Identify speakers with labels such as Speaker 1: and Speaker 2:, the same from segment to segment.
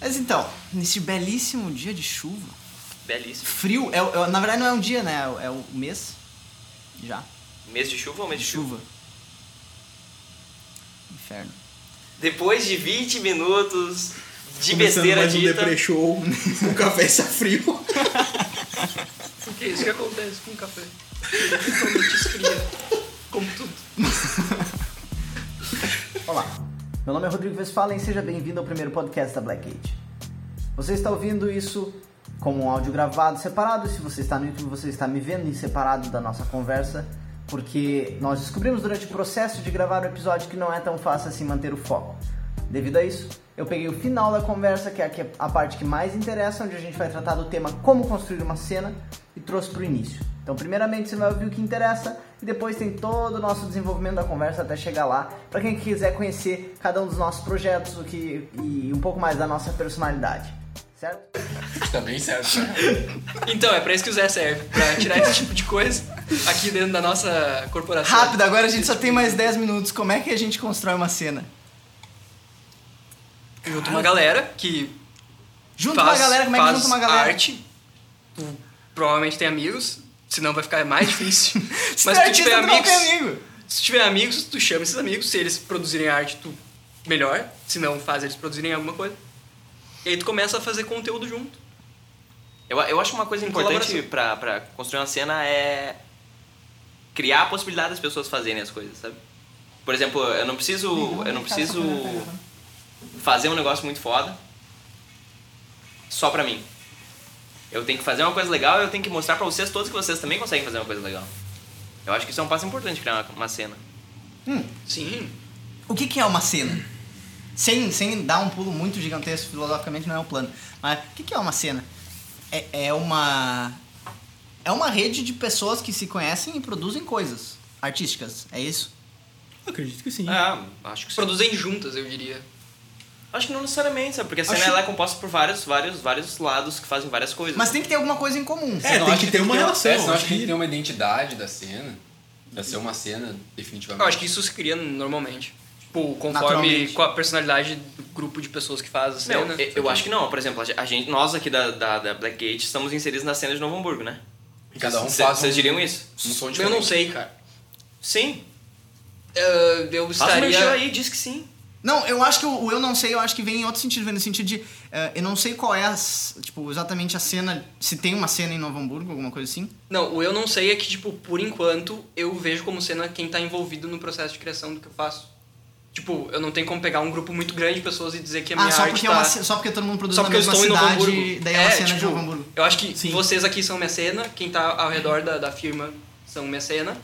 Speaker 1: Mas então, nesse belíssimo dia de chuva,
Speaker 2: Belíssimo.
Speaker 1: frio, é, o- é o- na verdade não é um dia, né? É o, é o mês já
Speaker 2: Mês de chuva ou mês
Speaker 1: de
Speaker 2: de chuva?
Speaker 1: chuva. Inferno.
Speaker 2: Depois de 20 minutos de
Speaker 3: Começando
Speaker 2: besteira
Speaker 3: mais um
Speaker 2: dita.
Speaker 3: Depre Show, o café está frio.
Speaker 4: Porque é isso que acontece com o café. Principalmente esfria. Como tudo.
Speaker 1: Olá, meu nome é Rodrigo Westphalen e seja bem-vindo ao primeiro podcast da Blackgate. Você está ouvindo isso como um áudio gravado separado, se você está no YouTube você está me vendo em separado da nossa conversa, porque nós descobrimos durante o processo de gravar o episódio que não é tão fácil assim manter o foco. Devido a isso, eu peguei o final da conversa, que é a que- a parte que mais interessa, onde a gente vai tratar do tema como construir uma cena, e trouxe para o início. Então, primeiramente, você vai ouvir o que interessa e depois tem todo o nosso desenvolvimento da conversa até chegar lá. Para quem quiser conhecer cada um dos nossos projetos o que, e um pouco mais da nossa personalidade, certo?
Speaker 5: Tá bem certo.
Speaker 4: Então, é pra isso que o Zé serve. Pra tirar esse tipo de coisa aqui dentro da nossa corporação.
Speaker 6: Rápido, agora a gente só tem mais 10 minutos. Como é que a gente constrói uma cena?
Speaker 4: Junto uma galera que
Speaker 6: Junta
Speaker 4: faz,
Speaker 6: uma galera, como é que
Speaker 4: faz
Speaker 6: junta uma galera?
Speaker 4: arte. Tu provavelmente tem amigos, senão vai ficar mais difícil.
Speaker 6: Se
Speaker 4: Mas
Speaker 6: tu é
Speaker 4: se tu tiver
Speaker 6: artista, tu não
Speaker 4: amigos,
Speaker 6: tem amigo.
Speaker 4: se tiver amigos, tu chama esses amigos, se eles produzirem arte, tu melhor, se não faz eles produzirem alguma coisa. E aí tu começa a fazer conteúdo junto.
Speaker 2: Eu, eu acho uma coisa
Speaker 4: Em
Speaker 2: importante
Speaker 4: colaboração.
Speaker 2: pra, pra construir uma cena é criar a possibilidade das pessoas fazerem as coisas, sabe? Por exemplo, eu não preciso. Eu não preciso fazer um negócio muito foda só pra mim. Eu tenho que fazer uma coisa legal e eu tenho que mostrar pra vocês todos que vocês também conseguem fazer uma coisa legal. Eu acho que isso é um passo importante criar uma, uma cena.
Speaker 6: Hum.
Speaker 4: Sim.
Speaker 6: O que, que é uma cena? Sem, sem dar um pulo muito gigantesco, filosoficamente não é um plano. Mas o que, que é uma cena? É, é uma. É uma rede de pessoas que se conhecem e produzem coisas artísticas. É isso?
Speaker 3: Acredito que sim.
Speaker 2: Ah, acho que sim.
Speaker 4: Produzem juntas, eu diria.
Speaker 2: Acho que não necessariamente, sabe? Porque a cena
Speaker 6: Acho-
Speaker 2: ela é composta por vários, vários, vários lados que fazem várias coisas.
Speaker 6: Mas tem que ter alguma coisa em comum.
Speaker 3: É, tem que ter uma relação.
Speaker 5: É, senão
Speaker 3: acho que-
Speaker 5: tem uma identidade da cena. Pra ser uma cena, definitivamente.
Speaker 4: Eu acho que isso se cria normalmente. Tipo, conforme
Speaker 6: Naturalmente.
Speaker 4: com a personalidade do grupo de pessoas que faz a cena.
Speaker 2: Não, né? eu, eu acho que não. Por exemplo, a gente, nós aqui da, da, da Blackgate estamos inseridos na cena de Novo Hamburgo, né?
Speaker 5: E Cada um
Speaker 2: Cê-
Speaker 5: faz
Speaker 2: Vocês
Speaker 5: um,
Speaker 2: diriam isso?
Speaker 5: um som
Speaker 4: Eu
Speaker 5: diferente.
Speaker 4: não sei, cara.
Speaker 2: Sim.
Speaker 4: Eu, eu
Speaker 2: Faça um merchan
Speaker 4: estaria.
Speaker 2: aí, diz que sim.
Speaker 6: Não, eu acho que o, o eu não sei, eu acho que vem em outro sentido, vem no sentido de. eh, eu não sei qual é, as, tipo, exatamente a cena. Se tem uma cena em Novo Hamburgo, alguma coisa assim.
Speaker 4: Não, o eu não sei é que, tipo, por enquanto, eu vejo como cena quem tá envolvido no processo de criação do que eu faço. Tipo, eu não tenho como pegar um grupo muito grande de pessoas e dizer que a minha
Speaker 6: ah, só
Speaker 4: arte
Speaker 6: porque, é
Speaker 4: tá...
Speaker 6: uma, ce- só porque todo mundo produz
Speaker 4: Só
Speaker 6: na
Speaker 4: porque eu
Speaker 6: mesma
Speaker 4: estou em Novo
Speaker 6: cidade,
Speaker 4: Hamburgo.
Speaker 6: daí é uma cena
Speaker 4: tipo,
Speaker 6: de Novo Hamburgo.
Speaker 4: Eu acho que
Speaker 3: Sim.
Speaker 4: vocês aqui são minha cena, quem tá ao redor da, da firma são minha cena.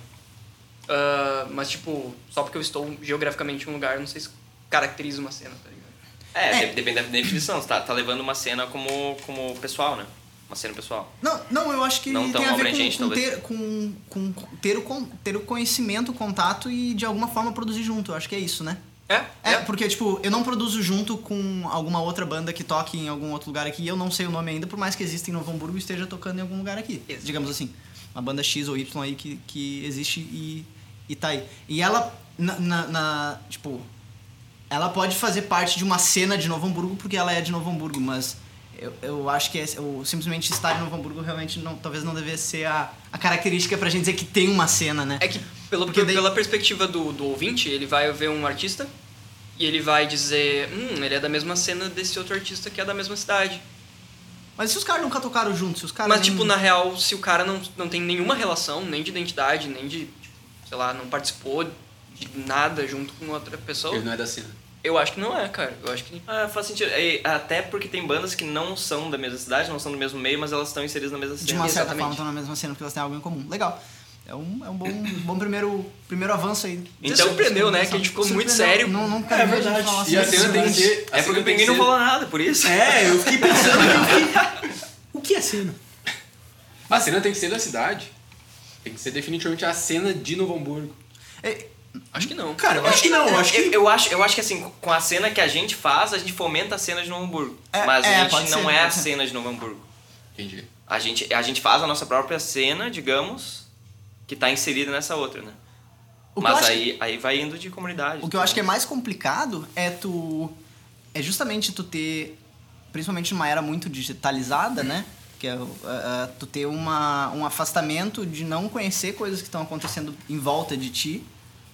Speaker 4: Ah, mas, tipo, só porque eu estou geograficamente em um lugar, não sei se caracteriza uma cena, tá ligado?
Speaker 2: É,
Speaker 6: É.
Speaker 2: de- depende da definição. Você tá, tá levando uma cena como, como pessoal, né? Uma cena pessoal.
Speaker 6: Não, não, eu acho que
Speaker 2: Não tão
Speaker 6: tem a ver
Speaker 2: abrangente,
Speaker 6: com, com,
Speaker 2: talvez.
Speaker 6: ter, com, com ter, o, con- ter o conhecimento, o contato e de alguma forma produzir junto. Eu acho que é isso, né?
Speaker 4: É?
Speaker 6: É, porque, tipo, eu não produzo junto com alguma outra banda que toque em algum outro lugar aqui. Eu não sei o nome ainda, por mais que exista em Novo Hamburgo e esteja tocando em algum lugar aqui.
Speaker 4: Exato.
Speaker 6: Digamos assim. Uma banda X ou Y aí que, que existe e, e tá aí. E ela, na, na- na- Tipo, ela pode fazer parte de uma cena de Novo Hamburgo porque ela é de Novo Hamburgo, mas eu, eu acho que esse- o simplesmente estar em Novo Hamburgo realmente não, talvez não devesse ser a, a característica pra gente dizer que tem uma cena, né?
Speaker 4: É que pelo,
Speaker 6: Porque daí-
Speaker 4: pela perspectiva do, do ouvinte, ele vai ver um artista e ele vai dizer, hum, ele é da mesma cena desse outro artista que é da mesma cidade.
Speaker 6: Mas se os caras nunca tocaram juntos, se os caras.
Speaker 4: Mas,
Speaker 6: nem-
Speaker 4: tipo, na real, se o cara não, não tem nenhuma relação, nem de identidade, nem de, tipo, sei lá, não participou de nada junto com outra pessoa,
Speaker 5: Ele não é da cena.
Speaker 4: eu acho que não é, cara. Eu acho que...
Speaker 2: Ah, faz sentido. E até porque tem bandas que não são da mesma cidade, não são do mesmo meio, mas elas estão inseridas na mesma cena.
Speaker 6: de uma certa
Speaker 4: exatamente.
Speaker 6: forma estão na mesma cena porque elas têm algo em comum. Legal. É um, é um bom, um bom primeiro, primeiro avanço aí.
Speaker 4: Você
Speaker 2: Então-
Speaker 4: surpreendeu, né? Que a gente ficou muito
Speaker 6: Surpreendeu.
Speaker 4: sério.
Speaker 6: Não, nunca
Speaker 3: É
Speaker 6: vi a gente
Speaker 3: verdade.
Speaker 6: falar
Speaker 5: E a
Speaker 6: sobre
Speaker 5: cena
Speaker 6: isso
Speaker 5: tem que
Speaker 6: antes.
Speaker 5: ser. a
Speaker 2: É porque o
Speaker 5: cena tem então. Assim que
Speaker 2: Pinguim não
Speaker 5: ser-
Speaker 2: falou nada, por isso.
Speaker 3: É, eu fiquei pensando que eu fiquei... O que é cena?
Speaker 5: A cena tem que ser da cidade. Tem que ser definitivamente a cena de Novo Hamburgo.
Speaker 6: É,
Speaker 4: Acho que não.
Speaker 3: Cara, eu acho que não, eu acho que...
Speaker 2: É, Eu, eu acho, eu acho que assim, com a cena que a gente faz, a gente fomenta a cena de Novo Hamburgo.
Speaker 6: É,
Speaker 2: mas
Speaker 6: é,
Speaker 2: a gente
Speaker 6: pode
Speaker 2: não
Speaker 6: ser,
Speaker 2: é a
Speaker 6: pode ser.
Speaker 2: cena de Novo Hamburgo.
Speaker 5: Entendi.
Speaker 2: A gente, a gente faz a nossa própria cena, digamos, que tá inserida nessa outra, né?
Speaker 6: O que eu
Speaker 2: Mas
Speaker 6: acho- é
Speaker 2: aí, aí vai indo de comunidade.
Speaker 6: O que eu acho que é mais complicado é tu. É justamente tu é ter principalmente numa era muito digitalizada, né? Que é, o- a- a- tu ter uma, um afastamento de não conhecer coisas que estão acontecendo em volta de ti.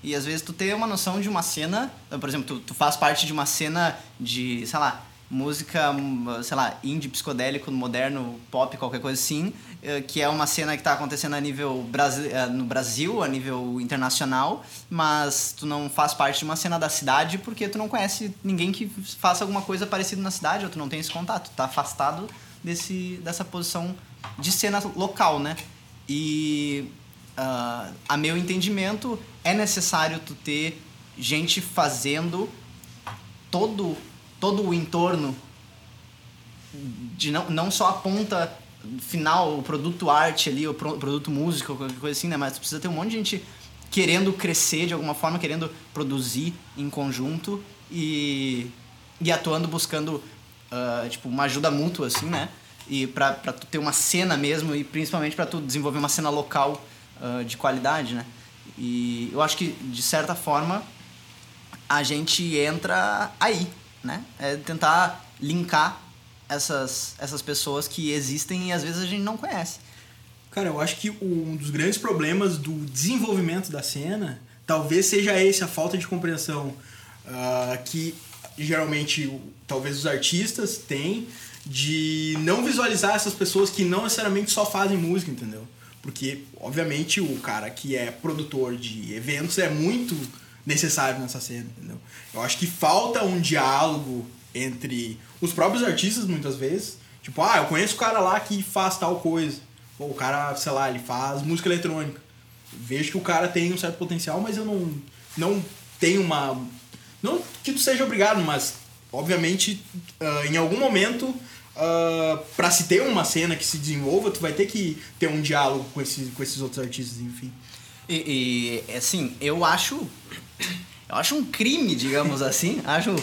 Speaker 6: E às vezes tu ter uma noção de uma cena, por exemplo, tu, tu faz parte de uma cena de, sei lá, música, hum, sei lá, indie, psicodélico, moderno, pop, qualquer coisa assim, eh, que é uma cena que tá acontecendo a nível Brasi eh, no Brasil, a nível internacional, mas tu não faz parte de uma cena da cidade porque tu não conhece ninguém que faça alguma coisa parecida na cidade, ou tu não tem esse contato, tá afastado desse, dessa posição de cena local, né? E ah, a meu entendimento é necessário tu ter gente fazendo todo todo o entorno de não, não só a ponta final, o produto arte ali, o pro- produto música, qualquer coisa assim, né? Mas tu precisa ter um monte de gente querendo crescer de alguma forma, querendo produzir em conjunto e, e atuando, buscando ah, tipo, uma ajuda mútua, assim, né? E pra, pra tu ter uma cena mesmo e principalmente pra tu desenvolver uma cena local ah, de qualidade, né? E eu acho que, de certa forma, a gente entra aí, né? É tentar linkar essas, essas pessoas que existem e às vezes a gente não conhece.
Speaker 3: Cara, eu acho que um dos grandes problemas do desenvolvimento da cena talvez seja esse, a falta de compreensão ah, que geralmente o- talvez os artistas têm de não visualizar essas pessoas que não necessariamente só fazem música, entendeu? Porque, obviamente, o cara que é produtor de eventos é muito necessário nessa cena, entendeu? Eu acho que falta um diálogo entre os próprios artistas, muitas vezes. Tipo, ah, eu conheço o cara lá que faz tal coisa. Pô, o cara, sei lá, ele faz música eletrônica. Vejo que o cara tem um certo potencial, mas eu não, não tenho uma. Não que tu seja obrigado, mas obviamente ah, em algum momento, ah, pra se ter uma cena que se desenvolva, tu vai ter que ter um diálogo com esses, com esses outros artistas, enfim.
Speaker 6: E, e, assim, eu acho. Eu acho um crime, digamos assim. Acho.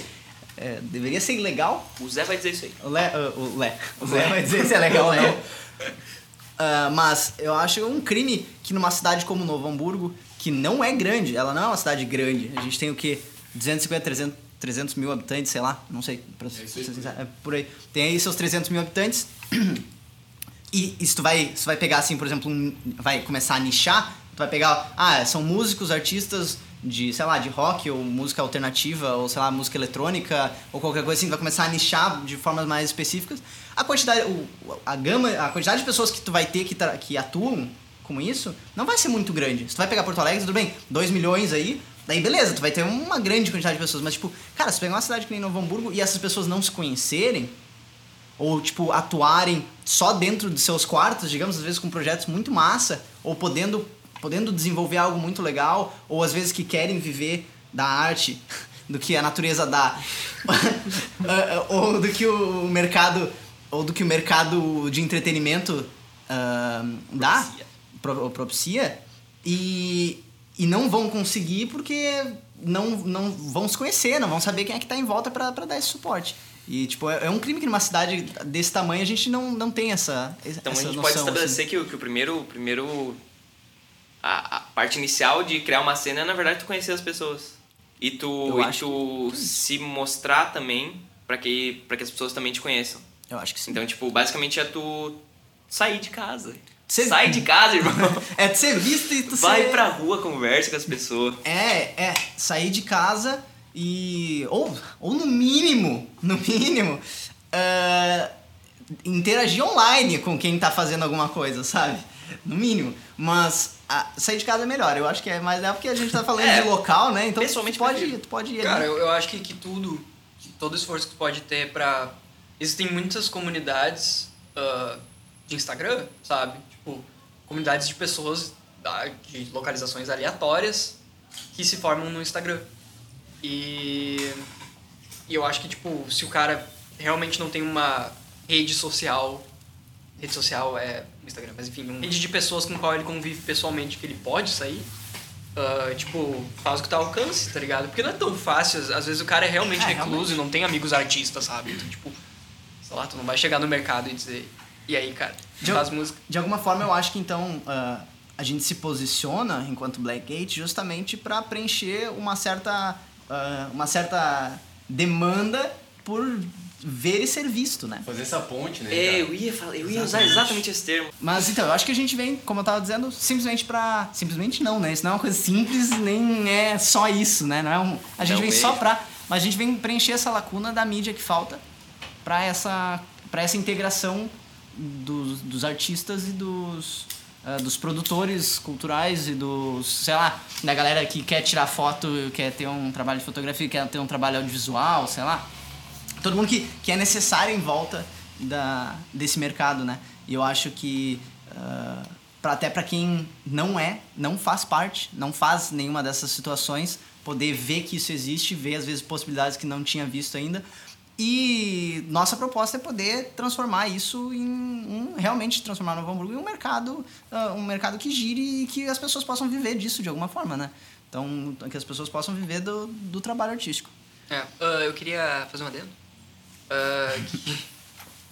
Speaker 6: é, deveria ser ilegal.
Speaker 2: tá? O Zé vai dizer isso aí.
Speaker 6: O Lé. uh, o Lé. O Lé vai dizer se é legal ou não. Ah, mas eu acho um crime que numa cidade como Novo Hamburgo, que não é grande, ela não é uma cidade grande, a gente tem o quê? 250, 300, 300 mil habitantes, sei lá, não sei, pra
Speaker 5: isso
Speaker 6: ser
Speaker 5: aí.
Speaker 6: sincero, é por aí. Tem aí seus 300 mil habitantes, e, e se tu vai, se tu vai pegar, assim, por exemplo, um- vai começar a nichar, tu vai pegar, ah, são músicos, artistas de, sei lá, de rock ou música alternativa ou, sei lá, música eletrônica ou qualquer coisa assim, tu vai começar a nichar de formas mais específicas. A quantidade, o- a gama, a quantidade de pessoas que tu vai ter que, tra- que atuam com isso não vai ser muito grande. Se tu vai pegar Porto Alegre, tudo bem, 2 milhões aí, daí beleza, tu vai ter uma grande quantidade de pessoas, mas tipo, cara, se tu pegar uma cidade que nem Novo Hamburgo e essas pessoas não se conhecerem, ou tipo atuarem só dentro de seus quartos, digamos, às vezes com projetos muito massa, ou podendo podendo desenvolver algo muito legal, ou às vezes que querem viver da arte, do que a natureza dá, Ah, ou do que o mercado ou do que o mercado de entretenimento ah, dá, pro- propicia e, e não vão conseguir porque não, não vão se conhecer, não vão saber quem é que tá em volta pra pra dar esse suporte. E, tipo, é, é um crime que numa cidade desse tamanho a gente não, não tem essa, essa
Speaker 2: Então a gente
Speaker 6: noção.
Speaker 2: pode
Speaker 6: assim.
Speaker 2: estabelecer que, o, que o primeiro. O primeiro a, a parte inicial de criar uma cena é, na verdade, tu conhecer as pessoas. E tu,
Speaker 6: Eu
Speaker 2: e
Speaker 6: acho é
Speaker 2: tu se mostrar também pra que, pra que as pessoas também te conheçam.
Speaker 6: Eu acho que sim.
Speaker 2: Então, tipo, basicamente é tu sair de casa.
Speaker 6: Cê-
Speaker 2: Sai de casa, irmão.
Speaker 6: É de ser visto e tu
Speaker 2: Vai
Speaker 6: ser...
Speaker 2: pra rua, conversa com as pessoas.
Speaker 6: É, é, sair de casa e. Ou, ou no mínimo, no mínimo, ah, interagir online com quem tá fazendo alguma coisa, sabe? No mínimo. Mas ah, sair de casa é melhor, eu acho que é mais legal porque a gente tá falando
Speaker 2: É,
Speaker 6: de local, né? Então
Speaker 2: pessoalmente
Speaker 6: tu pode,
Speaker 2: prefiro.
Speaker 6: ir, tu pode ir né? ali.
Speaker 4: Cara, eu, eu acho que, que tudo, que todo esforço que tu pode ter pra. Existem muitas comunidades ah, de Instagram, sabe? Tipo, comunidades de pessoas da- de localizações aleatórias que se formam no Instagram. E, e eu acho que, tipo, se o cara realmente não tem uma rede social. Rede social é o Instagram, mas enfim, uma rede de pessoas com qual ele convive pessoalmente que ele pode sair. ah, tipo, faz o que tá ao alcance, tá ligado? Porque não é tão fácil, às- às vezes o cara é realmente
Speaker 6: É,
Speaker 4: recluso e não tem amigos artistas, sabe? Então, tipo, sei lá, tu não vai chegar no mercado e dizer, e aí, cara,
Speaker 6: Já-
Speaker 4: faz música.
Speaker 6: De alguma forma, eu acho que então ah, a gente se posiciona enquanto Blackgate justamente para preencher uma certa, ah, uma certa demanda por ver e ser visto, né?
Speaker 5: Fazer essa ponte, né?
Speaker 2: É,
Speaker 5: cara?
Speaker 2: eu ia, falar, eu ia usar exatamente esse termo.
Speaker 6: Mas então, eu acho que a gente vem, como eu tava dizendo, simplesmente pra. Simplesmente não, né? Isso não é uma coisa simples, nem é só isso, né? Não é um... A gente
Speaker 2: Não
Speaker 6: vem
Speaker 2: é.
Speaker 6: só pra. Mas a gente vem preencher essa lacuna da mídia que falta pra essa, pra essa integração dos, dos artistas e dos. ah, dos produtores culturais e dos. sei lá, da galera que quer tirar foto, quer ter um trabalho de fotografia, quer ter um trabalho audiovisual, sei lá todo mundo que, que é necessário em volta da, desse mercado, né? E eu acho que ah, pra- até para quem não é, não faz parte, não faz nenhuma dessas situações, poder ver que isso existe, ver às vezes possibilidades que não tinha visto ainda. E nossa proposta é poder transformar isso em um, realmente transformar Novo Hamburgo em um mercado, ah, um mercado que gire e que as pessoas possam viver disso de alguma forma, né? Então, que as pessoas possam viver do, do trabalho artístico.
Speaker 4: É, ah, eu queria fazer um adendo. Ah, que,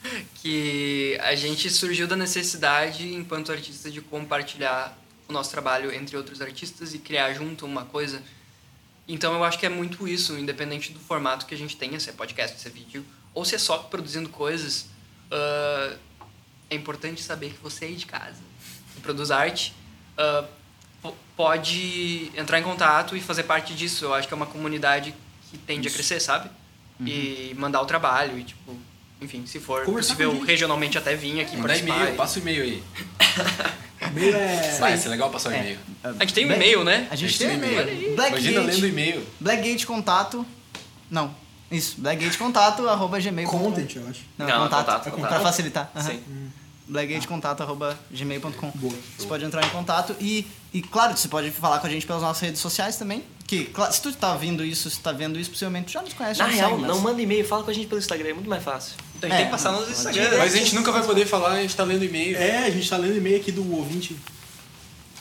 Speaker 4: que a gente surgiu da necessidade, enquanto artista, de compartilhar o nosso trabalho entre outros artistas e criar junto uma coisa. Então eu acho que é muito isso, independente do formato que a gente tenha, se é podcast, se é vídeo, ou se é só produzindo coisas. ah, é importante saber que você é aí de casa, que produz arte, ah, po- pode entrar em contato e fazer parte disso. Eu acho que é uma comunidade que tende a crescer, sabe? E mandar o trabalho e, tipo, enfim, se for
Speaker 3: Conversar com
Speaker 4: possível
Speaker 3: gente.
Speaker 4: regionalmente até vir aqui
Speaker 5: Mandar
Speaker 4: participar.
Speaker 5: É, e-mail, passa o e-mail aí.
Speaker 3: Meio é.
Speaker 5: Vai, isso é legal passar o e-mail.
Speaker 4: A gente tem um e-mail, né?
Speaker 6: A gente
Speaker 5: Tem
Speaker 6: tem
Speaker 5: é e-mail.
Speaker 6: e-mail.
Speaker 5: Imagina lendo
Speaker 6: Blackgate,
Speaker 5: e-mail.
Speaker 6: Blackgate contato. Não, isso. Blackgate contato arroba gmail.com.
Speaker 3: Content, eu acho.
Speaker 6: Não,
Speaker 2: Não,
Speaker 6: contato.
Speaker 2: contato,
Speaker 6: Pra
Speaker 2: contato.
Speaker 6: facilitar. Aham.
Speaker 2: Sim.
Speaker 6: blackgatecontato.gmail.com.
Speaker 3: Boa.
Speaker 6: Você pode entrar em contato e, e, claro, você pode falar com a gente pelas nossas redes sociais também. Que, cla- se tu tá vindo isso, se tá vendo isso, possivelmente tu já nos conhece.
Speaker 2: Na
Speaker 6: já nos
Speaker 2: real,
Speaker 6: segue, mas-
Speaker 2: não manda e-mail, fala com a gente pelo Instagram, é muito mais fácil. Então a gente
Speaker 6: É,
Speaker 2: tem que passar
Speaker 6: não,
Speaker 2: nos
Speaker 6: pode.
Speaker 2: Instagram.
Speaker 5: Mas a gente nunca vai poder falar, a gente tá lendo e-mail.
Speaker 3: É, a gente tá lendo e-mail aqui do ouvinte.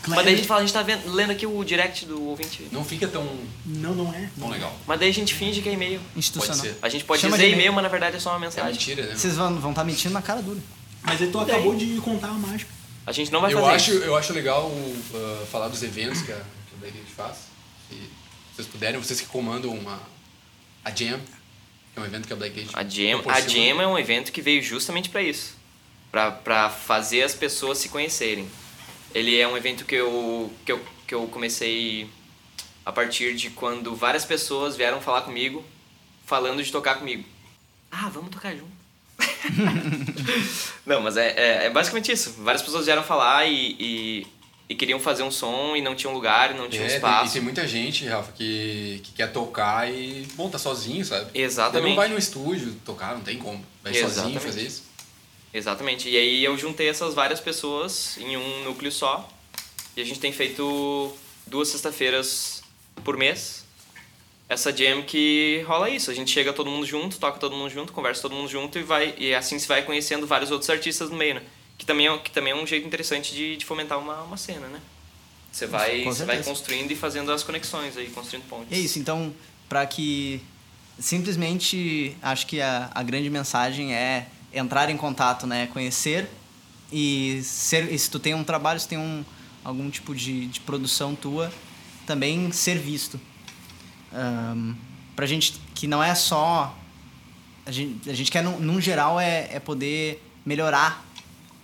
Speaker 2: Mas daí a gente fala, a gente tá vendo, lendo aqui o direct do ouvinte.
Speaker 5: Não fica tão,
Speaker 3: Não, não é.
Speaker 5: tão legal.
Speaker 2: Mas daí a gente finge que é e-mail.
Speaker 5: Pode
Speaker 6: Institucional.
Speaker 5: ser.
Speaker 2: A gente pode
Speaker 6: Chama
Speaker 2: dizer
Speaker 6: de
Speaker 2: e-mail, mas na verdade é só uma
Speaker 5: É
Speaker 2: mensagem.
Speaker 5: mentira, né?
Speaker 6: Vocês vão estar mentindo na cara dura.
Speaker 3: Mas tu acabou de contar a mágica.
Speaker 2: A gente não vai
Speaker 5: eu
Speaker 2: fazer
Speaker 5: acho,
Speaker 2: isso.
Speaker 5: eu acho legal uh, falar dos eventos que a, que a Black Hat faz. Se vocês puderem, vocês que comandam uma, a Jam, que é um evento que a Black Hat
Speaker 2: A Jam, a
Speaker 5: proporciona.
Speaker 2: Jam é um evento que veio justamente pra isso. Pra, pra fazer as pessoas se conhecerem. Ele é um evento que eu, que, eu, que eu comecei a partir de quando várias pessoas vieram falar comigo, falando de tocar comigo. Ah, vamos tocar junto. não, mas é, é, é basicamente isso. Várias pessoas vieram falar e, e, e queriam fazer um som e não tinham lugar, e não tinham
Speaker 5: É, tem-
Speaker 2: um espaço.
Speaker 5: e tem muita gente, Rafa, que, que quer tocar e, bom, tá sozinho, sabe?
Speaker 2: Exatamente.
Speaker 5: Não vai no estúdio tocar, não tem como. Vai sozinho
Speaker 2: Exatamente.
Speaker 5: fazer isso.
Speaker 2: Exatamente. E aí eu juntei essas várias pessoas em um núcleo só. E a gente tem feito duas sexta-feiras por mês. Essa jam que rola isso. A gente chega todo mundo junto, toca todo mundo junto, conversa todo mundo junto e vai e assim se vai conhecendo vários outros artistas no meio, né? Que também é, que também é um jeito interessante de, de fomentar uma, uma cena, né? Você vai,
Speaker 6: com
Speaker 2: você vai
Speaker 6: certeza.
Speaker 2: construindo e fazendo as conexões aí, construindo pontes.
Speaker 6: E é isso, então, para que simplesmente acho que a, a grande mensagem é entrar em contato, né? Conhecer e ser. E se tu tem um trabalho, se tem um, algum tipo de, de produção tua, também ser visto. Ahn, pra gente que não é só. A gente, a gente quer, num, num geral, é, é poder melhorar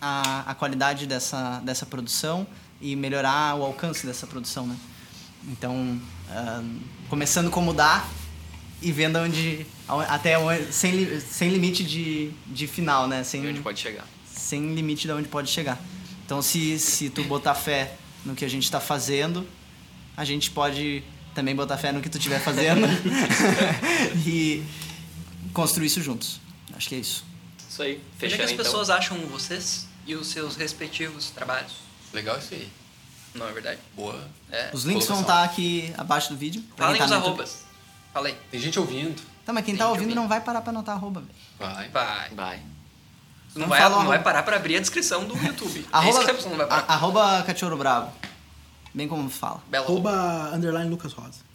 Speaker 6: a, a qualidade dessa, dessa produção e melhorar o alcance dessa produção, né? Então, ah, começando como dá e vendo onde. ao- Até onde- sem, li- sem limite de, de final, né? Sem,
Speaker 2: E onde pode chegar.
Speaker 6: sem limite de onde pode chegar. Então, se, se tu botar fé no que a gente está fazendo, a gente pode também botar fé no que tu estiver fazendo e construir isso juntos. Acho que é isso.
Speaker 2: Isso aí.
Speaker 4: Onde é
Speaker 2: Fechando
Speaker 4: que as
Speaker 2: então.
Speaker 4: pessoas acham vocês e os seus respectivos trabalhos?
Speaker 5: Legal isso aí.
Speaker 4: Não é verdade?
Speaker 5: Boa.
Speaker 4: É.
Speaker 6: Os links vão
Speaker 5: Colocação.
Speaker 6: estar aqui abaixo do vídeo. pra quem
Speaker 4: Falem
Speaker 6: tá
Speaker 4: os
Speaker 6: no YouTube.
Speaker 4: arrobas. Falei.
Speaker 5: Tem gente ouvindo.
Speaker 6: Tá, mas quem
Speaker 4: Tem
Speaker 6: tá
Speaker 4: que
Speaker 6: ouvindo
Speaker 4: ouvir.
Speaker 6: não vai parar pra anotar arroba, velho.
Speaker 5: Vai.
Speaker 4: Vai.
Speaker 2: Vai.
Speaker 4: Tu não,
Speaker 6: Não
Speaker 4: vai,
Speaker 6: fala o
Speaker 4: não vai
Speaker 6: arroba.
Speaker 4: parar pra abrir a descrição do YouTube. é isso
Speaker 6: Arroba,
Speaker 4: que a pessoa não vai parar.
Speaker 6: a- arroba cachorro bravo. Bem como fala.
Speaker 4: Bela roupa.
Speaker 3: Arroba underline Lucas Rosa.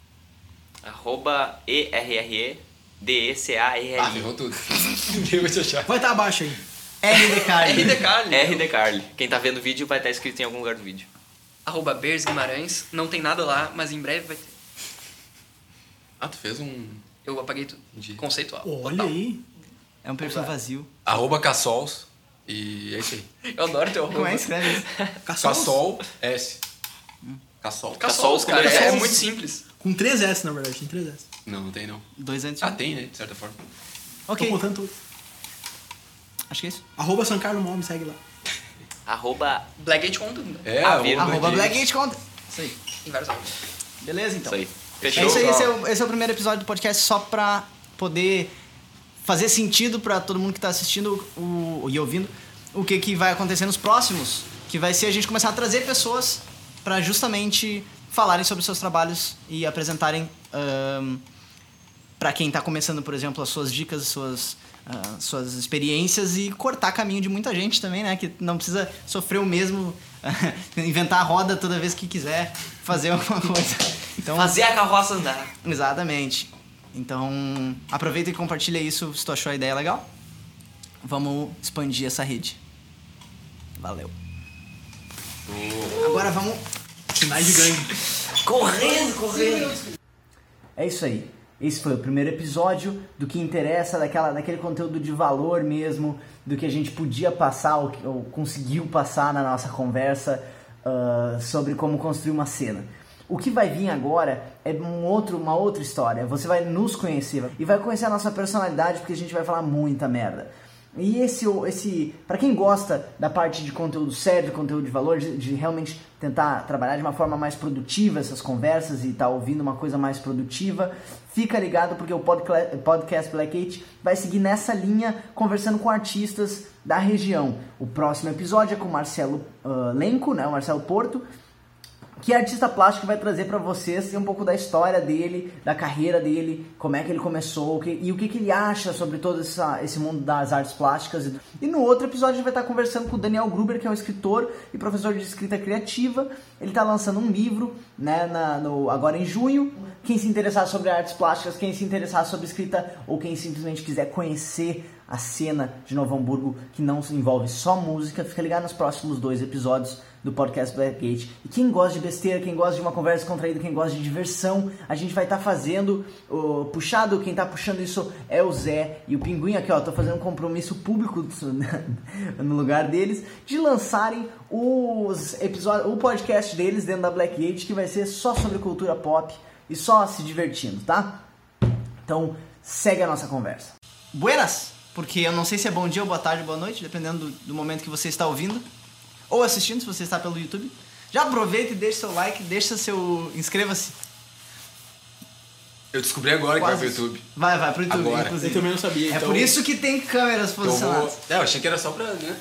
Speaker 2: Arroba E-R-R-E D-E-C-A-R-R-I.
Speaker 5: Ah, ferrou tudo. Ninguém vai te achar.
Speaker 3: Vai estar abaixo aí.
Speaker 6: RD Carne.
Speaker 4: RD Carly.
Speaker 2: R de Carly. Quem tá vendo o vídeo vai estar escrito em algum lugar do vídeo.
Speaker 4: Arroba Bers Guimarães. Não tem nada lá, mas em breve vai ter.
Speaker 5: Ah, tu fez um...
Speaker 4: Eu apaguei tudo.
Speaker 5: Entendi.
Speaker 4: Conceitual.
Speaker 3: Olha
Speaker 4: total.
Speaker 3: aí.
Speaker 6: É um perfil vazio.
Speaker 5: Arroba Cassols. E é isso aí.
Speaker 4: Eu adoro teu
Speaker 6: Como é que
Speaker 4: arroba.
Speaker 6: escreve isso?
Speaker 5: Cassol S. Cassol.
Speaker 2: Cassols,
Speaker 4: Caçolos, cara.
Speaker 2: como
Speaker 4: É
Speaker 2: eles-
Speaker 4: muito simples.
Speaker 3: Com 3S, na verdade, tem 3S.
Speaker 5: Não, não tem não.
Speaker 6: Dois antes. de
Speaker 5: Ah,
Speaker 6: um.
Speaker 5: tem, né? De certa forma.
Speaker 3: Tô
Speaker 6: Ok,
Speaker 3: contando tudo.
Speaker 6: acho que é isso.
Speaker 3: Arroba Sancaro Mall, me segue lá.
Speaker 2: Arroba.
Speaker 4: Blackgate conta, né?
Speaker 5: É,
Speaker 2: Ah,
Speaker 5: arroba
Speaker 2: vira.
Speaker 6: Arroba
Speaker 5: de-
Speaker 6: Blackgate Conta. Isso aí.
Speaker 4: Tem vários arrobas.
Speaker 6: Beleza, então.
Speaker 2: Isso aí. Fechou?
Speaker 6: É isso aí, esse é, o, esse é o primeiro episódio do podcast só pra poder fazer sentido pra todo mundo que tá assistindo o, e ouvindo o que, que vai acontecer nos próximos, que vai ser a gente começar a trazer pessoas pra justamente falarem sobre seus trabalhos e apresentarem ahn, pra quem tá começando, por exemplo, as suas dicas, as suas ah, suas experiências e cortar caminho de muita gente também, né? Que não precisa sofrer o mesmo, inventar a roda toda vez que quiser fazer alguma coisa. Então,
Speaker 2: Fazer a carroça andar.
Speaker 6: Exatamente. Então, aproveita e compartilha isso se tu achou a ideia legal. Vamos expandir essa rede. Valeu. Agora vamos.
Speaker 3: Sinais de ganho.
Speaker 2: Correndo, correndo.
Speaker 1: É isso aí. Esse foi o primeiro episódio do que interessa, daquela, daquele conteúdo de valor mesmo, do que a gente podia passar ou, que- ou conseguiu passar na nossa conversa ah, sobre como construir uma cena. O que vai vir agora é um outro, uma outra história. Você vai nos conhecer e vai conhecer a nossa personalidade, porque a gente vai falar muita merda. E esse, esse para quem gosta da parte de conteúdo sério, de conteúdo de valor, de, de realmente tentar trabalhar de uma forma mais produtiva essas conversas e tá ouvindo uma coisa mais produtiva, fica ligado porque o podcle- podcast Black Eight vai seguir nessa linha conversando com artistas da região. O próximo episódio é com o Marcelo ah, Lenco, né, o Marcelo Porto, que artista plástico vai trazer pra vocês um pouco da história dele, da carreira dele, como é que ele começou o que- e o que, que ele acha sobre todo essa- esse mundo das artes plásticas. E no outro episódio a gente vai estar conversando com o Daniel Gruber, que é um escritor e professor de escrita criativa. Ele está lançando um livro né, na- no- agora em junho. Quem se interessar sobre artes plásticas, quem se interessar sobre escrita ou quem simplesmente quiser conhecer a cena de Novo Hamburgo que não se envolve só música, fica ligado nos próximos dois episódios do podcast Blackgate. E quem gosta de besteira, quem gosta de uma conversa contraída, quem gosta de diversão, a gente vai estar fazendo o puxado. Quem tá puxando isso é o Zé e o Pinguim aqui, ó. Tô fazendo um compromisso público no lugar deles de lançarem os episódios, o podcast deles dentro da Blackgate que vai ser só sobre cultura pop e só se divertindo, tá? Então segue a nossa conversa.
Speaker 6: Buenas! Porque eu não sei se é bom dia ou boa tarde ou boa noite, dependendo do, do momento que você está ouvindo ou assistindo, se você está pelo YouTube. Já aproveita e deixa seu like, deixa seu. inscreva-se.
Speaker 5: Eu descobri agora que vai pro
Speaker 6: Quase.
Speaker 5: YouTube.
Speaker 6: Vai, vai pro YouTube,
Speaker 5: Agora.
Speaker 6: inclusive.
Speaker 3: Eu também não sabia,
Speaker 6: É
Speaker 3: então-
Speaker 6: por isso que tem câmeras
Speaker 5: Então eu
Speaker 6: posicionadas.
Speaker 5: vou. É, eu achei que era só pra. Né?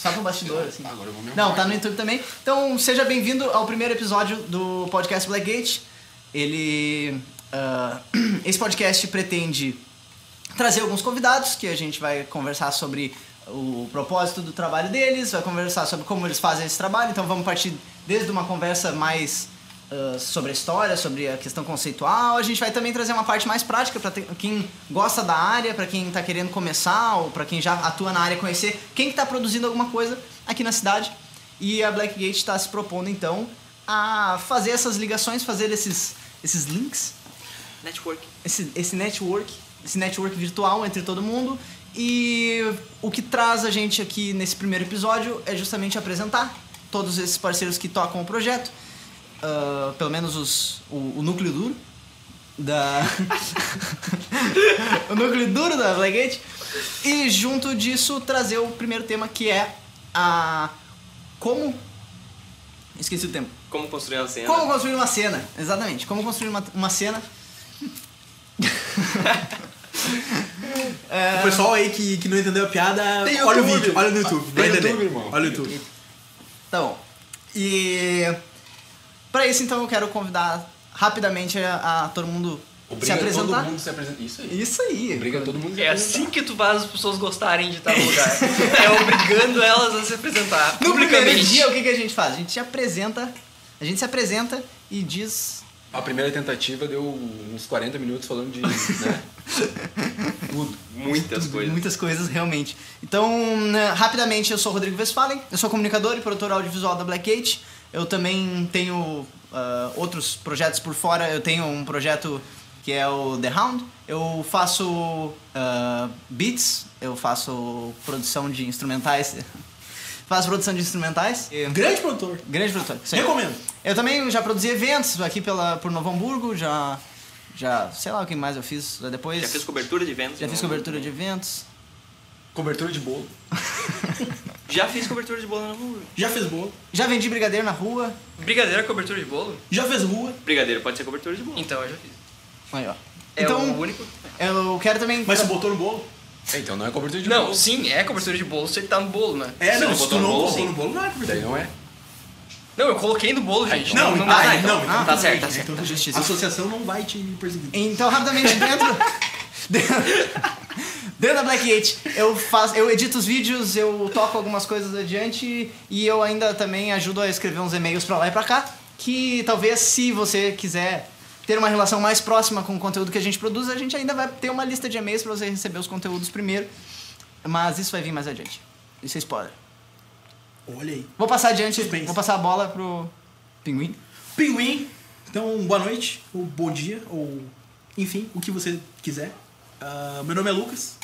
Speaker 6: Só pro bastidor, assim.
Speaker 5: Agora eu vou me
Speaker 6: Não,
Speaker 5: arrumar
Speaker 6: tá no
Speaker 5: aqui.
Speaker 6: YouTube também. Então, seja bem-vindo ao primeiro episódio do podcast Blackgate. Ele. ah, esse podcast pretende trazer alguns convidados que a gente vai conversar sobre o propósito do trabalho deles, vai conversar sobre como eles fazem esse trabalho. Então, vamos partir desde uma conversa mais. ah, sobre a história, sobre a questão conceitual, a gente vai também trazer uma parte mais prática para quem gosta da área, para quem tá querendo começar ou para quem já atua na área conhecer quem que tá produzindo alguma coisa aqui na cidade. E a Blackgate está se propondo então a fazer essas ligações, fazer esses, esses links,
Speaker 2: Network.
Speaker 6: esse, esse network, esse network virtual entre todo mundo. E o que traz a gente aqui nesse primeiro episódio é justamente apresentar todos esses parceiros que tocam o projeto, ah, pelo menos os, o, o núcleo duro da o núcleo duro da Blackgate e junto disso trazer o primeiro tema que é a como esqueci o tema
Speaker 2: Como construir uma cena.
Speaker 6: como construir uma cena, exatamente. Como construir uma, uma cena.
Speaker 3: O pessoal aí que, que não entendeu a piada,
Speaker 5: Tem
Speaker 3: olha o
Speaker 5: YouTube.
Speaker 3: vídeo, olha no YouTube. vai
Speaker 5: Tem
Speaker 3: entender.
Speaker 5: YouTube, irmão.
Speaker 3: Olha o YouTube.
Speaker 6: Tá bom. E. Pra isso, então, eu quero convidar rapidamente a, a tá todo mundo
Speaker 5: Obriga
Speaker 6: se apresentar.
Speaker 5: todo mundo a se apresentar. Isso aí.
Speaker 6: Isso aí.
Speaker 5: Obriga todo mundo a se
Speaker 4: É
Speaker 5: apresentar.
Speaker 4: assim que tu faz as pessoas gostarem de estar no lugar. É obrigando elas a se apresentar.
Speaker 6: No primeiro
Speaker 4: publicamente.
Speaker 6: dia, o que, que a gente faz? A gente se apresenta. A gente se apresenta e diz.
Speaker 5: A primeira tentativa deu uns 40 minutos falando de. Né?
Speaker 2: Tudo. Muitas coisas.
Speaker 6: Muitas coisas, realmente. Então, né, rapidamente, eu sou o Rodrigo Westphalen, eu sou comunicador e produtor audiovisual da Blackgate. Eu também tenho ah, outros projetos por fora, eu tenho um projeto que é o The Hound. Eu faço ah, beats, eu faço produção de instrumentais. faço produção de instrumentais. E-
Speaker 3: Grande produtor.
Speaker 6: um Grande produtor. isso aí.
Speaker 3: Recomendo.
Speaker 6: Eu também já produzi eventos aqui pela, por Novo Hamburgo, já. Já. sei lá o que mais eu fiz depois.
Speaker 2: Já fiz cobertura de eventos.
Speaker 6: Já fiz
Speaker 2: não-
Speaker 6: cobertura de eventos.
Speaker 3: Cobertura de bolo.
Speaker 2: Já fiz cobertura de bola no Hamburgo.
Speaker 3: Já fez bolo.
Speaker 6: Já vendi brigadeiro na rua.
Speaker 4: Brigadeiro é cobertura de bolo?
Speaker 3: Já fez rua.
Speaker 2: Brigadeiro pode ser cobertura de bola.
Speaker 4: Então, eu já fiz.
Speaker 6: Aí, ó.
Speaker 4: É o
Speaker 6: então,
Speaker 4: único.
Speaker 6: eu quero também.
Speaker 3: Mas você botou no bolo?
Speaker 5: É, então não é cobertura de
Speaker 4: Não,
Speaker 5: bolo.
Speaker 4: sim, é cobertura de bolo se ele tá no bolo, né?
Speaker 3: É,
Speaker 2: Você
Speaker 3: não.
Speaker 2: não
Speaker 3: Se
Speaker 2: botou
Speaker 3: tu
Speaker 2: no
Speaker 3: não
Speaker 2: bolo,
Speaker 3: colocou
Speaker 2: sim.
Speaker 3: no bolo, não é cobertura
Speaker 5: Daí
Speaker 3: de bolo.
Speaker 5: não é.
Speaker 4: Não, eu coloquei no bolo, gente.
Speaker 5: então.
Speaker 3: Não,
Speaker 4: dá,
Speaker 3: ah,
Speaker 4: então.
Speaker 3: não, então
Speaker 2: tá certo, tá certo.
Speaker 3: Então,
Speaker 6: Justiça.
Speaker 3: a associação não vai te perseguir.
Speaker 6: Então, rapidamente, dentro. dentro da Black Eight, eu, faço, eu edito os vídeos, eu toco algumas coisas adiante e eu ainda também ajudo a escrever uns e-mails pra lá e pra cá. Que talvez, se você quiser ter uma relação mais próxima com o conteúdo que a gente produz, a gente ainda vai ter uma lista de e-mails pra você receber os conteúdos primeiro. Mas isso vai vir mais adiante. Isso é spoiler.
Speaker 3: Olha aí.
Speaker 6: Vou passar adiante,
Speaker 3: Suspense.
Speaker 6: vou passar a bola pro Pinguim.
Speaker 3: Pinguim. Então, boa noite, ou bom dia, ou enfim, o que você quiser. Ah, meu nome é Lucas,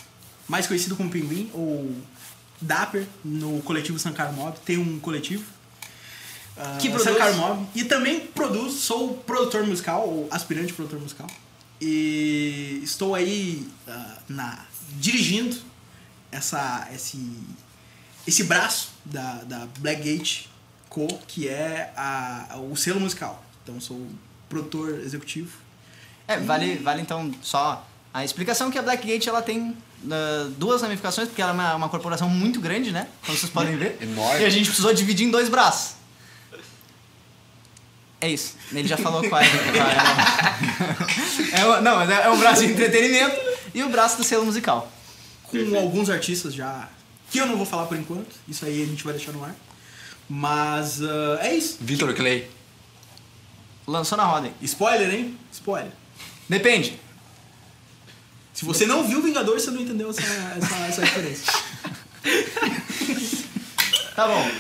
Speaker 3: mais conhecido como Pinguim, ou Dapper, no coletivo Sankar Mob. Tem um coletivo. ah,
Speaker 6: Que produz?
Speaker 3: Sankar Mob. E também produzo, sou produtor musical, ou aspirante produtor musical. E estou aí ah, na, dirigindo essa, esse esse braço da, da Blackgate Co, que é a, a- o selo musical. Então sou produtor executivo.
Speaker 6: É, vale, vale então só a explicação é que a Blackgate ela tem ah, duas ramificações, porque ela é uma, uma corporação muito grande, né? Como vocês podem ver.
Speaker 5: Enorme.
Speaker 6: E a gente precisou dividir em dois braços. É isso. Ele já falou qual é. qual é, o- É o- não, mas é é um braço de entretenimento e o braço do selo musical.
Speaker 3: Com alguns artistas já. Que eu não vou falar por enquanto. Isso aí a gente vai deixar no ar. Mas ah, é isso.
Speaker 5: Vitor Clay.
Speaker 6: Lançou na roda. aí.
Speaker 3: Spoiler, hein? Spoiler.
Speaker 6: Depende.
Speaker 3: Se você não viu Vingadores, você não entendeu essa, essa, essa diferença.
Speaker 6: Tá bom.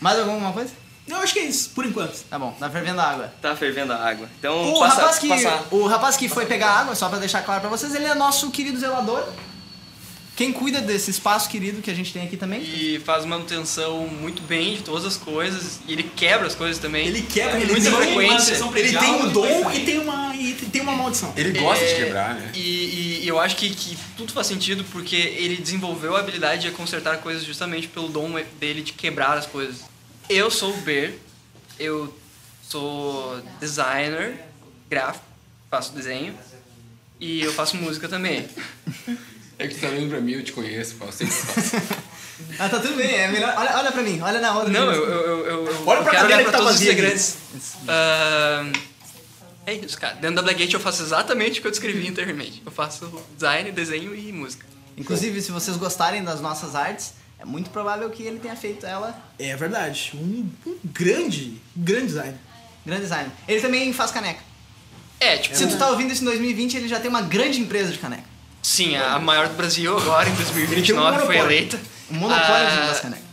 Speaker 6: Mais alguma coisa?
Speaker 3: Eu acho que é isso, por enquanto.
Speaker 6: Tá bom. Tá fervendo a água.
Speaker 2: Tá fervendo a água. Então,
Speaker 6: O
Speaker 2: passa,
Speaker 6: rapaz que,
Speaker 2: passa-
Speaker 6: o rapaz que foi pegar água, só pra deixar claro pra vocês, ele é nosso querido zelador. Quem cuida desse espaço querido que a gente tem aqui também.
Speaker 4: E faz manutenção muito bem de todas as coisas. E ele quebra as coisas também.
Speaker 3: Ele quebra,
Speaker 4: com
Speaker 3: É, ele
Speaker 4: muita
Speaker 3: tem uma
Speaker 4: frequência.
Speaker 3: manutenção Ele tem um dom e tem uma, e tem uma maldição.
Speaker 5: Ele gosta
Speaker 4: É,
Speaker 5: de quebrar, né?
Speaker 4: E, e eu acho que, que tudo faz sentido porque ele desenvolveu a habilidade de consertar coisas justamente pelo dom dele de quebrar as coisas. Eu sou o Ber, eu sou designer gráfico, faço desenho e eu faço música também.
Speaker 5: É que tu tá olhando pra mim, eu te conheço, assim. pô. Eu sei que tu faz.
Speaker 6: Ah, tá tudo bem, é melhor. Olha, olha pra mim, olha na roda.
Speaker 4: Não, eu, eu, eu, eu, eu
Speaker 3: Olha pra
Speaker 4: quero
Speaker 3: cadeira
Speaker 4: olhar
Speaker 3: que
Speaker 4: pra
Speaker 3: tá
Speaker 4: todos os
Speaker 3: vazia ali.
Speaker 4: segredos. Ah, é isso, cara. Dentro da Blackgate eu faço exatamente o que eu descrevi anteriormente. Eu faço design, desenho e música.
Speaker 6: Inclusive, se vocês gostarem das nossas artes, é muito provável que ele tenha feito ela
Speaker 3: É verdade. Um, um grande, um grande design.
Speaker 6: grande design. Ele também faz caneca.
Speaker 4: É, tipo,
Speaker 3: um
Speaker 6: Se tu tá ouvindo isso em 2020, ele já tem uma grande empresa de caneca.
Speaker 4: Sim, a maior do Brasil agora, em
Speaker 3: Tem um
Speaker 4: 2029,
Speaker 3: monopólio. Um
Speaker 4: foi eleita.
Speaker 6: O Um monopólio né?
Speaker 4: Ah,
Speaker 6: das canecas.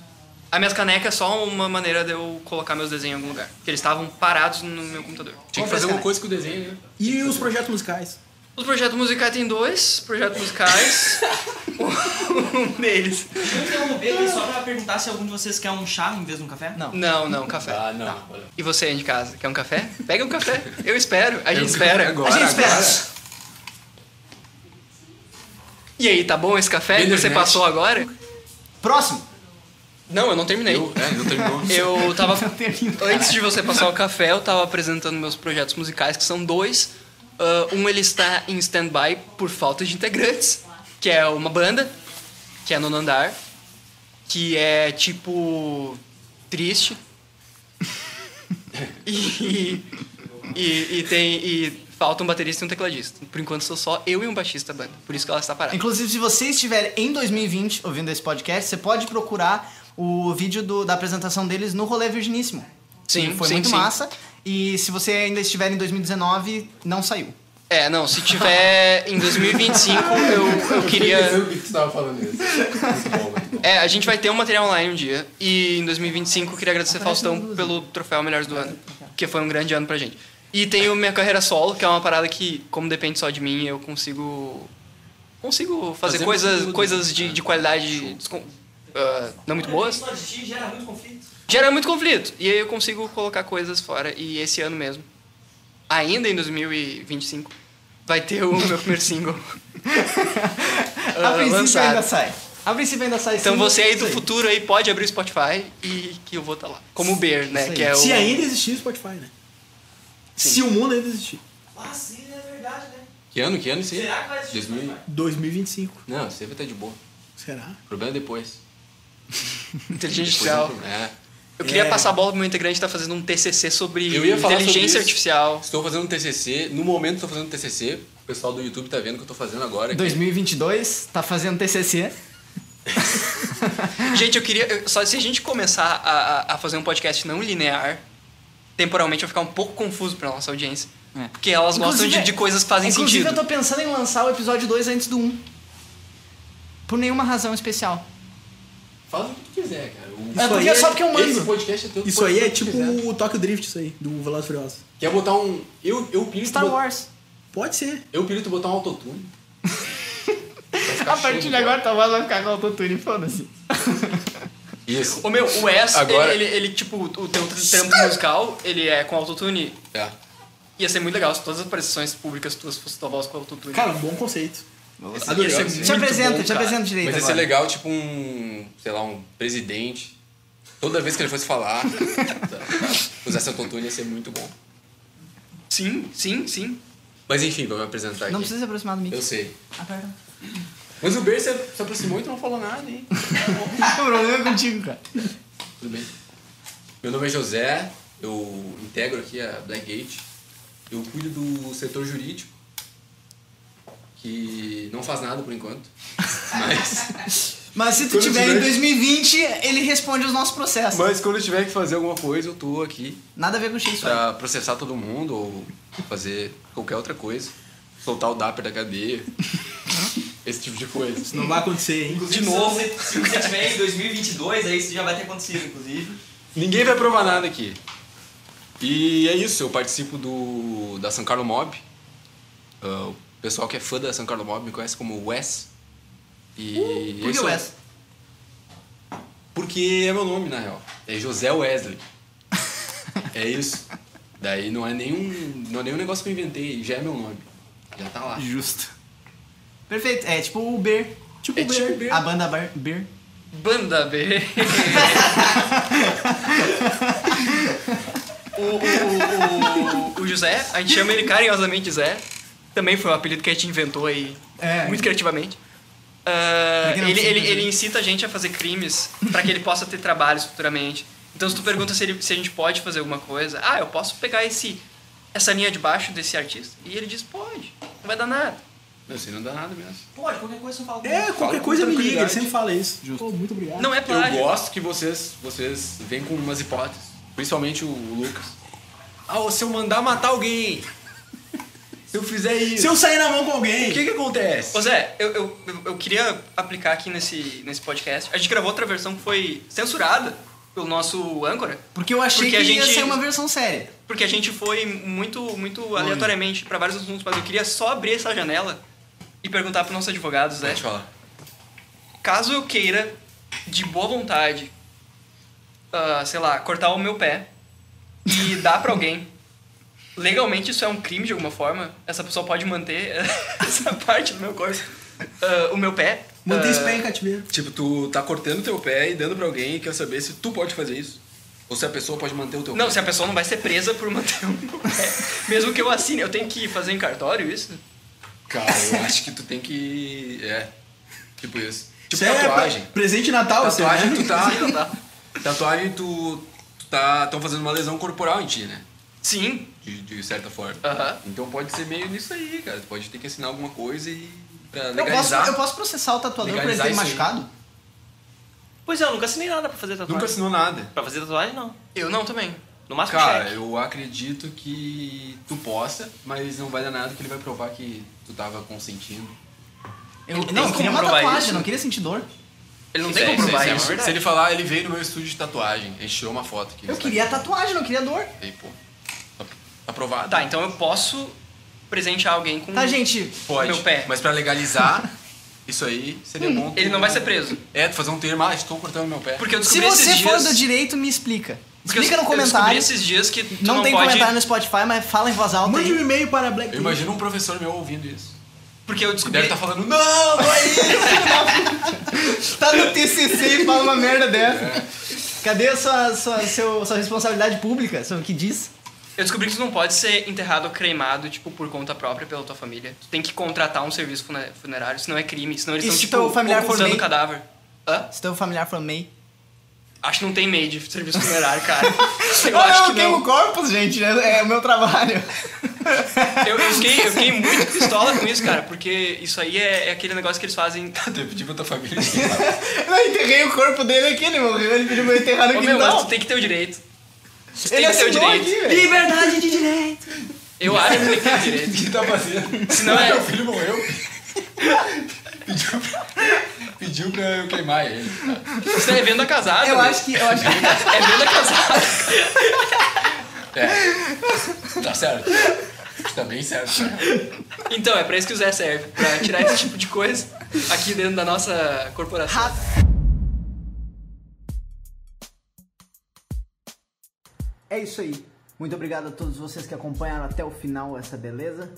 Speaker 4: A minhas canecas é só uma maneira de eu colocar meus desenhos em algum lugar. Porque eles estavam parados no meu computador.
Speaker 5: Tinha que fazer alguma coisa com o desenho, né?
Speaker 3: E os projetos musicais?
Speaker 4: Os projetos musicais tem dois projetos musicais. um deles.
Speaker 7: Deixa eu interromper aqui só pra perguntar se algum de vocês quer um chá em vez de um café.
Speaker 6: Não.
Speaker 4: Não, não, café.
Speaker 5: Ah, não. Olha.
Speaker 4: E você aí de casa, quer um café? Pega um café. Eu espero, a gente
Speaker 5: Eu-
Speaker 4: espera.
Speaker 5: Agora,
Speaker 6: a gente espera.
Speaker 5: agora.
Speaker 4: E aí, tá bom esse café que você
Speaker 5: Internet.
Speaker 4: passou agora?
Speaker 6: Próximo.
Speaker 4: Não, eu não terminei.
Speaker 5: Eu, é, não terminou.
Speaker 4: Eu tava. Antes de você passar o café, eu tava apresentando meus projetos musicais, que são dois. Ah, um ele está em stand-by por falta de integrantes, que é uma banda, que é Nono Andar, que é tipo. triste. E. E, e tem. E falta um baterista e um tecladista. Por enquanto sou só eu e um baixista da banda, por isso que ela está parada.
Speaker 6: Inclusive, se você estiver em 2020 ouvindo esse podcast, você pode procurar o vídeo do- da apresentação deles no Rolê Virginíssimo.
Speaker 4: Sim,
Speaker 6: Que foi
Speaker 4: sim,
Speaker 6: muito
Speaker 4: sim.
Speaker 6: massa. E se você ainda estiver em 2019, não saiu.
Speaker 4: É, não, se tiver em 2025, eu, eu queria.
Speaker 5: o que tu tava falando isso. Muito bom, muito bom.
Speaker 4: É, a gente vai ter um material online um dia. E em 2025 eu queria agradecer Faustão pelo troféu Melhores do Ano. Porque foi um grande ano pra gente. E tenho minha carreira solo, que é uma parada que, como depende só de mim, eu consigo. Consigo fazer,
Speaker 5: Fazer
Speaker 4: coisas,
Speaker 5: conteúdo.
Speaker 4: coisas de, de qualidade descon- ah, não muito boas.
Speaker 7: Só de ti gera muito conflito.
Speaker 4: Gera muito conflito. E aí eu consigo colocar coisas fora. E esse ano mesmo, ainda em 2025, vai ter o meu primeiro single.
Speaker 6: a
Speaker 4: ah,
Speaker 6: princípio
Speaker 4: lançado.
Speaker 6: ainda sai. A princípio ainda sai
Speaker 4: Então
Speaker 6: sim,
Speaker 4: você aí do
Speaker 6: sim.
Speaker 4: futuro aí pode abrir o Spotify e que eu vou estar lá. Como o Bear, né?
Speaker 6: Isso
Speaker 4: Que
Speaker 6: aí.
Speaker 4: é o...
Speaker 3: Se ainda existir o Spotify, né? Se o mundo ainda existir.
Speaker 7: Ah, sim, é verdade, né?
Speaker 5: Que ano? Que ano isso aí?
Speaker 7: Será que vai existir
Speaker 5: 2000...
Speaker 7: Spotify?
Speaker 3: 2025.
Speaker 5: Não, isso aí vai estar de boa.
Speaker 3: Será?
Speaker 5: O problema é depois.
Speaker 4: Inteligência
Speaker 5: Depois é um
Speaker 4: artificial.
Speaker 5: problema. É.
Speaker 4: Eu queria
Speaker 3: É.
Speaker 4: passar a bola pro meu integrante que tá fazendo um TCC sobre
Speaker 5: Eu ia falar sobre
Speaker 4: inteligência
Speaker 5: isso.
Speaker 4: artificial.
Speaker 5: Estou fazendo um TCC. No momento estou fazendo um TCC. O pessoal do YouTube tá vendo o que eu tô fazendo agora.
Speaker 6: 2022, tá fazendo TCC.
Speaker 4: Gente, eu queria. eu- Só se a gente começar a, a- a fazer um podcast não linear, temporalmente vai ficar um pouco confuso pra nossa audiência.
Speaker 6: É.
Speaker 4: Porque elas gostam
Speaker 6: Inclusive,
Speaker 4: de, de coisas que fazem
Speaker 6: Inclusive,
Speaker 4: sentido.
Speaker 6: eu tô pensando em lançar o episódio 2 antes do 1. Um. Por nenhuma razão especial.
Speaker 5: Faz o que tu quiser, cara. O-
Speaker 3: Isso
Speaker 6: é porque
Speaker 3: aí
Speaker 6: só porque eu mando.
Speaker 5: Esse podcast é teu. tu
Speaker 3: Isso
Speaker 5: pode
Speaker 3: aí
Speaker 5: fazer
Speaker 3: é
Speaker 5: o que
Speaker 3: tipo
Speaker 5: tu quiser.
Speaker 3: o Tokyo Drift, isso aí, do Velozes e Furiosos.
Speaker 5: Quer botar um... Eu, eu piro... tu
Speaker 6: Star
Speaker 5: bot-
Speaker 6: Wars.
Speaker 3: Pode ser.
Speaker 5: Eu piro tu botar um autotune. Vai ficar
Speaker 6: A partir
Speaker 5: show
Speaker 6: de agora, tua voz vai ficar com autotune, foda-se.
Speaker 5: bola. Isso.
Speaker 4: O meu, o Wes,
Speaker 5: Agora-
Speaker 4: ele, ele, ele, tipo, o teu trampo musical, ele é com autotune.
Speaker 5: É.
Speaker 4: Ia ser muito legal se todas as aparições públicas tuas fossem tua voz com autotune.
Speaker 3: Cara, um bom conceito.
Speaker 4: Ia
Speaker 5: adorei,
Speaker 4: ser
Speaker 5: ó,
Speaker 4: muito
Speaker 6: Te apresenta,
Speaker 4: bom,
Speaker 6: te
Speaker 4: cara.
Speaker 6: apresenta direito
Speaker 5: Mas ia ser
Speaker 6: agora.
Speaker 5: legal, tipo um, sei lá, um presidente. Toda vez que ele fosse falar, usar seu autotune ia ser muito bom.
Speaker 4: Sim, sim, sim.
Speaker 5: Mas enfim, vou me apresentar
Speaker 6: Não
Speaker 5: aqui.
Speaker 6: precisa se aproximar do Ah,
Speaker 5: Eu
Speaker 6: mic.
Speaker 5: sei.
Speaker 6: Aperta.
Speaker 5: Mas o Ber se se aproximou e tu não falou nada, hein?
Speaker 6: O problema é contigo, cara.
Speaker 5: Tudo bem. Meu nome é José, eu integro aqui a Blackgate. Eu cuido do setor jurídico, que não faz nada por enquanto. Mas,
Speaker 6: Mas se tu
Speaker 5: Quando
Speaker 6: tiver em
Speaker 5: tiver-
Speaker 6: 2020, ele responde os nossos processos.
Speaker 5: mas quando eu tiver que fazer alguma coisa, eu tô aqui
Speaker 6: Nada a ver com o X,
Speaker 5: pra processar todo mundo ou fazer qualquer outra coisa. Soltar o Dapper da cadeia. Esse tipo de coisa.
Speaker 3: Isso não vai acontecer, hein?
Speaker 7: Inclusive,
Speaker 4: De novo.
Speaker 7: Se você, se você tiver em 2022, aí isso já vai ter acontecido, inclusive.
Speaker 5: Ninguém vai provar nada aqui. E é isso, eu participo do da San Carlo Mob. Ah, o pessoal que é fã da San Carlo Mob me conhece como Wes. E é
Speaker 6: Uh, Por que
Speaker 5: isso
Speaker 6: o
Speaker 5: aí.
Speaker 6: S?
Speaker 5: Porque é meu nome, na real. É José Wesley. é isso. Daí não é nenhum. Não é nenhum negócio que eu inventei, já é meu nome. Já tá lá.
Speaker 6: Justo. Perfeito. É tipo o Beer.
Speaker 5: Tipo, é tipo Ber-
Speaker 6: A banda Bar- Beer.
Speaker 4: Banda B. o, o- o- o- o José, a gente chama ele carinhosamente de Zé. Também foi um apelido que a gente inventou aí
Speaker 6: É.
Speaker 4: muito criativamente. Ah,
Speaker 6: Pra quem não
Speaker 4: ele,
Speaker 6: sabe,
Speaker 4: ele,
Speaker 6: né?
Speaker 4: ele incita a gente a fazer crimes para que ele possa ter trabalhos futuramente. Então, se tu pergunta se, ele- se a gente pode fazer alguma coisa, ah, eu posso pegar esse, essa linha de baixo desse artista? E ele diz: pode, não vai dar nada.
Speaker 5: Não, isso aí não dá nada mesmo.
Speaker 7: Pode, qualquer coisa eu falo. com
Speaker 3: É,
Speaker 7: ele.
Speaker 3: qualquer
Speaker 5: com
Speaker 3: coisa me liga,
Speaker 5: tranquilidade.
Speaker 3: ele sempre fala isso. Pô, muito obrigado.
Speaker 4: Não é
Speaker 5: Eu
Speaker 4: plágio.
Speaker 5: gosto que vocês, vocês vêm com umas hipóteses, principalmente o Lucas. Ah, se eu mandar matar alguém, se eu fizer isso,
Speaker 3: Se eu sair na mão com
Speaker 5: o
Speaker 3: alguém,
Speaker 5: que que acontece?
Speaker 4: Ô Zé, eu, eu, eu- eu queria aplicar aqui nesse, nesse podcast. A gente gravou outra versão que foi censurada pelo nosso âncora,
Speaker 6: Porque eu achei
Speaker 4: Porque a
Speaker 6: que ia
Speaker 4: gente-
Speaker 6: ser uma versão séria.
Speaker 4: porque a gente foi muito, muito aleatoriamente pra vários assuntos, mas eu queria só abrir essa janela e perguntar pro nosso advogado, Zé.
Speaker 5: Deixa eu falar.
Speaker 4: Caso eu queira, de boa vontade, ah, sei lá, cortar o meu pé e dar pra alguém. Legalmente isso é um crime de alguma forma. Essa pessoa pode manter essa parte do meu corpo, ah, o meu pé.
Speaker 5: é,
Speaker 3: mantém esse
Speaker 4: ah,
Speaker 3: pé em cativeiro.
Speaker 5: Tipo, tu tá cortando teu pé e dando pra alguém e quer saber se tu pode fazer isso. Ou se a pessoa pode manter o teu
Speaker 4: Não,
Speaker 5: pé.
Speaker 4: se a pessoa não vai ser presa por manter o meu pé. Mesmo que eu assine, eu tenho que fazer em cartório isso?
Speaker 5: Cara, eu acho que tu tem que... É, tipo isso. Tipo
Speaker 3: Isso é
Speaker 5: tatuagem.
Speaker 3: pre- presente de Natal, você,
Speaker 5: Tatuagem
Speaker 3: né?
Speaker 5: tu tá... tatuagem tu... Tu tá... Tão fazendo uma lesão corporal em ti, né?
Speaker 4: Sim.
Speaker 5: De, de certa forma.
Speaker 4: Aham.
Speaker 5: Então pode ser meio nisso aí, cara. Tu pode ter que assinar alguma coisa e. pra
Speaker 6: Eu posso,
Speaker 5: legalizar.
Speaker 6: eu posso processar o tatuador por ele
Speaker 5: Legalizar
Speaker 6: ter
Speaker 5: isso aí.
Speaker 6: machucado?
Speaker 7: Pois é, eu nunca assinei nada pra fazer tatuagem.
Speaker 5: Nunca assinou nada.
Speaker 7: Pra fazer tatuagem, não.
Speaker 4: Eu não também.
Speaker 7: No
Speaker 6: um
Speaker 7: máximo,
Speaker 5: Cara,
Speaker 7: cheque.
Speaker 5: eu acredito que tu possa, mas não vai dar nada que ele vai provar que tu tava consentindo.
Speaker 6: Eu,
Speaker 4: Ele tem
Speaker 6: não, eu
Speaker 4: como
Speaker 6: queria uma
Speaker 4: provar
Speaker 6: tatuagem,
Speaker 4: isso?
Speaker 6: eu não queria sentir dor.
Speaker 4: Ele não
Speaker 5: Isso
Speaker 4: tem
Speaker 5: é-
Speaker 4: como provar
Speaker 5: é uma
Speaker 4: isso.
Speaker 5: verdade. Se ele falar, ele veio no meu estúdio de tatuagem, a gente tirou uma foto aqui.
Speaker 6: Eu queria a tatuagem, eu não queria dor.
Speaker 5: Aí, pô. Só- tá Aprovado.
Speaker 4: Tá, então eu posso presentear alguém com
Speaker 5: Uhum.
Speaker 3: Tá, gente?
Speaker 5: Pode.
Speaker 4: meu pé. Hum,
Speaker 5: Mas pra legalizar, isso aí seria bom. tu-
Speaker 4: Ele não vai ser preso.
Speaker 5: É, tu fazer um termo, ah, estou cortando meu pé.
Speaker 4: Porque eu
Speaker 3: Se
Speaker 4: descobri
Speaker 3: você
Speaker 4: esses
Speaker 3: for
Speaker 4: dias...
Speaker 3: do direito, me explica.
Speaker 4: porque
Speaker 3: Explica
Speaker 4: eu,
Speaker 3: no
Speaker 4: eu descobri
Speaker 3: comentário.
Speaker 4: esses dias que tu
Speaker 3: Não,
Speaker 4: não,
Speaker 3: tem
Speaker 4: pode...
Speaker 3: comentário no Spotify, mas fala em voz alta
Speaker 8: Mande um
Speaker 3: aí.
Speaker 8: e-mail para Black.
Speaker 5: Eu imagino um professor meu ouvindo isso.
Speaker 4: Porque eu
Speaker 5: E
Speaker 4: descobri...
Speaker 5: deve tá estar falando, não, não é isso.
Speaker 3: Tá no TCC e fala uma merda dessa. Cadê a sua, sua, seu, sua responsabilidade pública? Sobre o que diz?
Speaker 4: Eu descobri que tu não pode ser enterrado ou cremado, tipo, por conta própria pela tua família. Tu tem que contratar um serviço fune- funerário, senão é crime. Senão eles
Speaker 3: E
Speaker 4: estão,
Speaker 3: se
Speaker 4: tipo,
Speaker 3: teu familiar for
Speaker 4: ocultando
Speaker 3: meio-
Speaker 4: o cadáver. Hã?
Speaker 3: Se teu familiar for MEI.
Speaker 4: Acho que não tem meio de serviço funerário, cara. Eu
Speaker 3: Ah,
Speaker 4: acho que
Speaker 3: queimo
Speaker 4: não.
Speaker 3: corpos, gente. né? É o meu trabalho.
Speaker 4: Eu, eu, fiquei, eu fiquei muito pistola com isso, cara, porque isso aí é, é aquele negócio que eles fazem.
Speaker 5: Eu pedi pra tua tipo família.
Speaker 3: Eu enterrei o corpo dele aqui, ele morreu. Ele pediu pra eu enterrar no
Speaker 4: Ô, meu, mas tu
Speaker 3: quintal.
Speaker 4: tem que ter o direito. Tu
Speaker 3: Ele
Speaker 4: tem que ter o
Speaker 3: assinou
Speaker 4: direito.
Speaker 3: aqui, velho.
Speaker 9: Liberdade de direito.
Speaker 4: Eu acho que tem que ter o direito.
Speaker 5: O que tá fazendo?
Speaker 4: Senão é-
Speaker 5: Meu filho morreu. pediu, pra... pediu pra eu queimar ele.
Speaker 4: Isso é venda casada.
Speaker 3: Eu
Speaker 4: né?
Speaker 3: acho que... Eu acho que...
Speaker 4: É venda casada.
Speaker 5: É. Tá certo. Tá bem certo.
Speaker 4: Então, é pra isso que o Zé serve, pra tirar esse tipo de coisa aqui dentro da nossa corporação.
Speaker 6: É isso aí. Muito obrigado a todos vocês que acompanharam até o final essa beleza.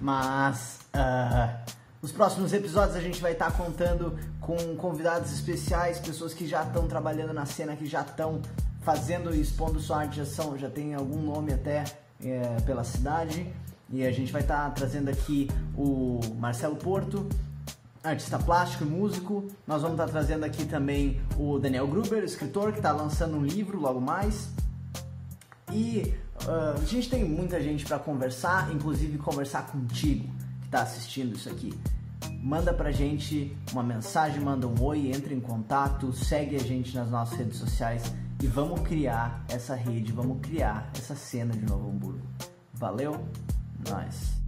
Speaker 6: Mas ah, nos próximos episódios a gente vai estar contando com convidados especiais, pessoas que já estão trabalhando na cena, que já estão fazendo e expondo sua arte de ação, já tem algum nome até eh, pela cidade. E a gente vai estar trazendo aqui o Marcelo Porto, artista plástico e músico. Nós vamos estar trazendo aqui também o Daniel Gruber, escritor, que está lançando um livro logo mais. E ah, a gente tem muita gente para conversar, inclusive conversar contigo que está assistindo isso aqui. Manda pra gente uma mensagem, manda um oi, entra em contato, segue a gente nas nossas redes sociais e vamos criar essa rede, vamos criar essa cena de Novo Hamburgo. Valeu? Nós.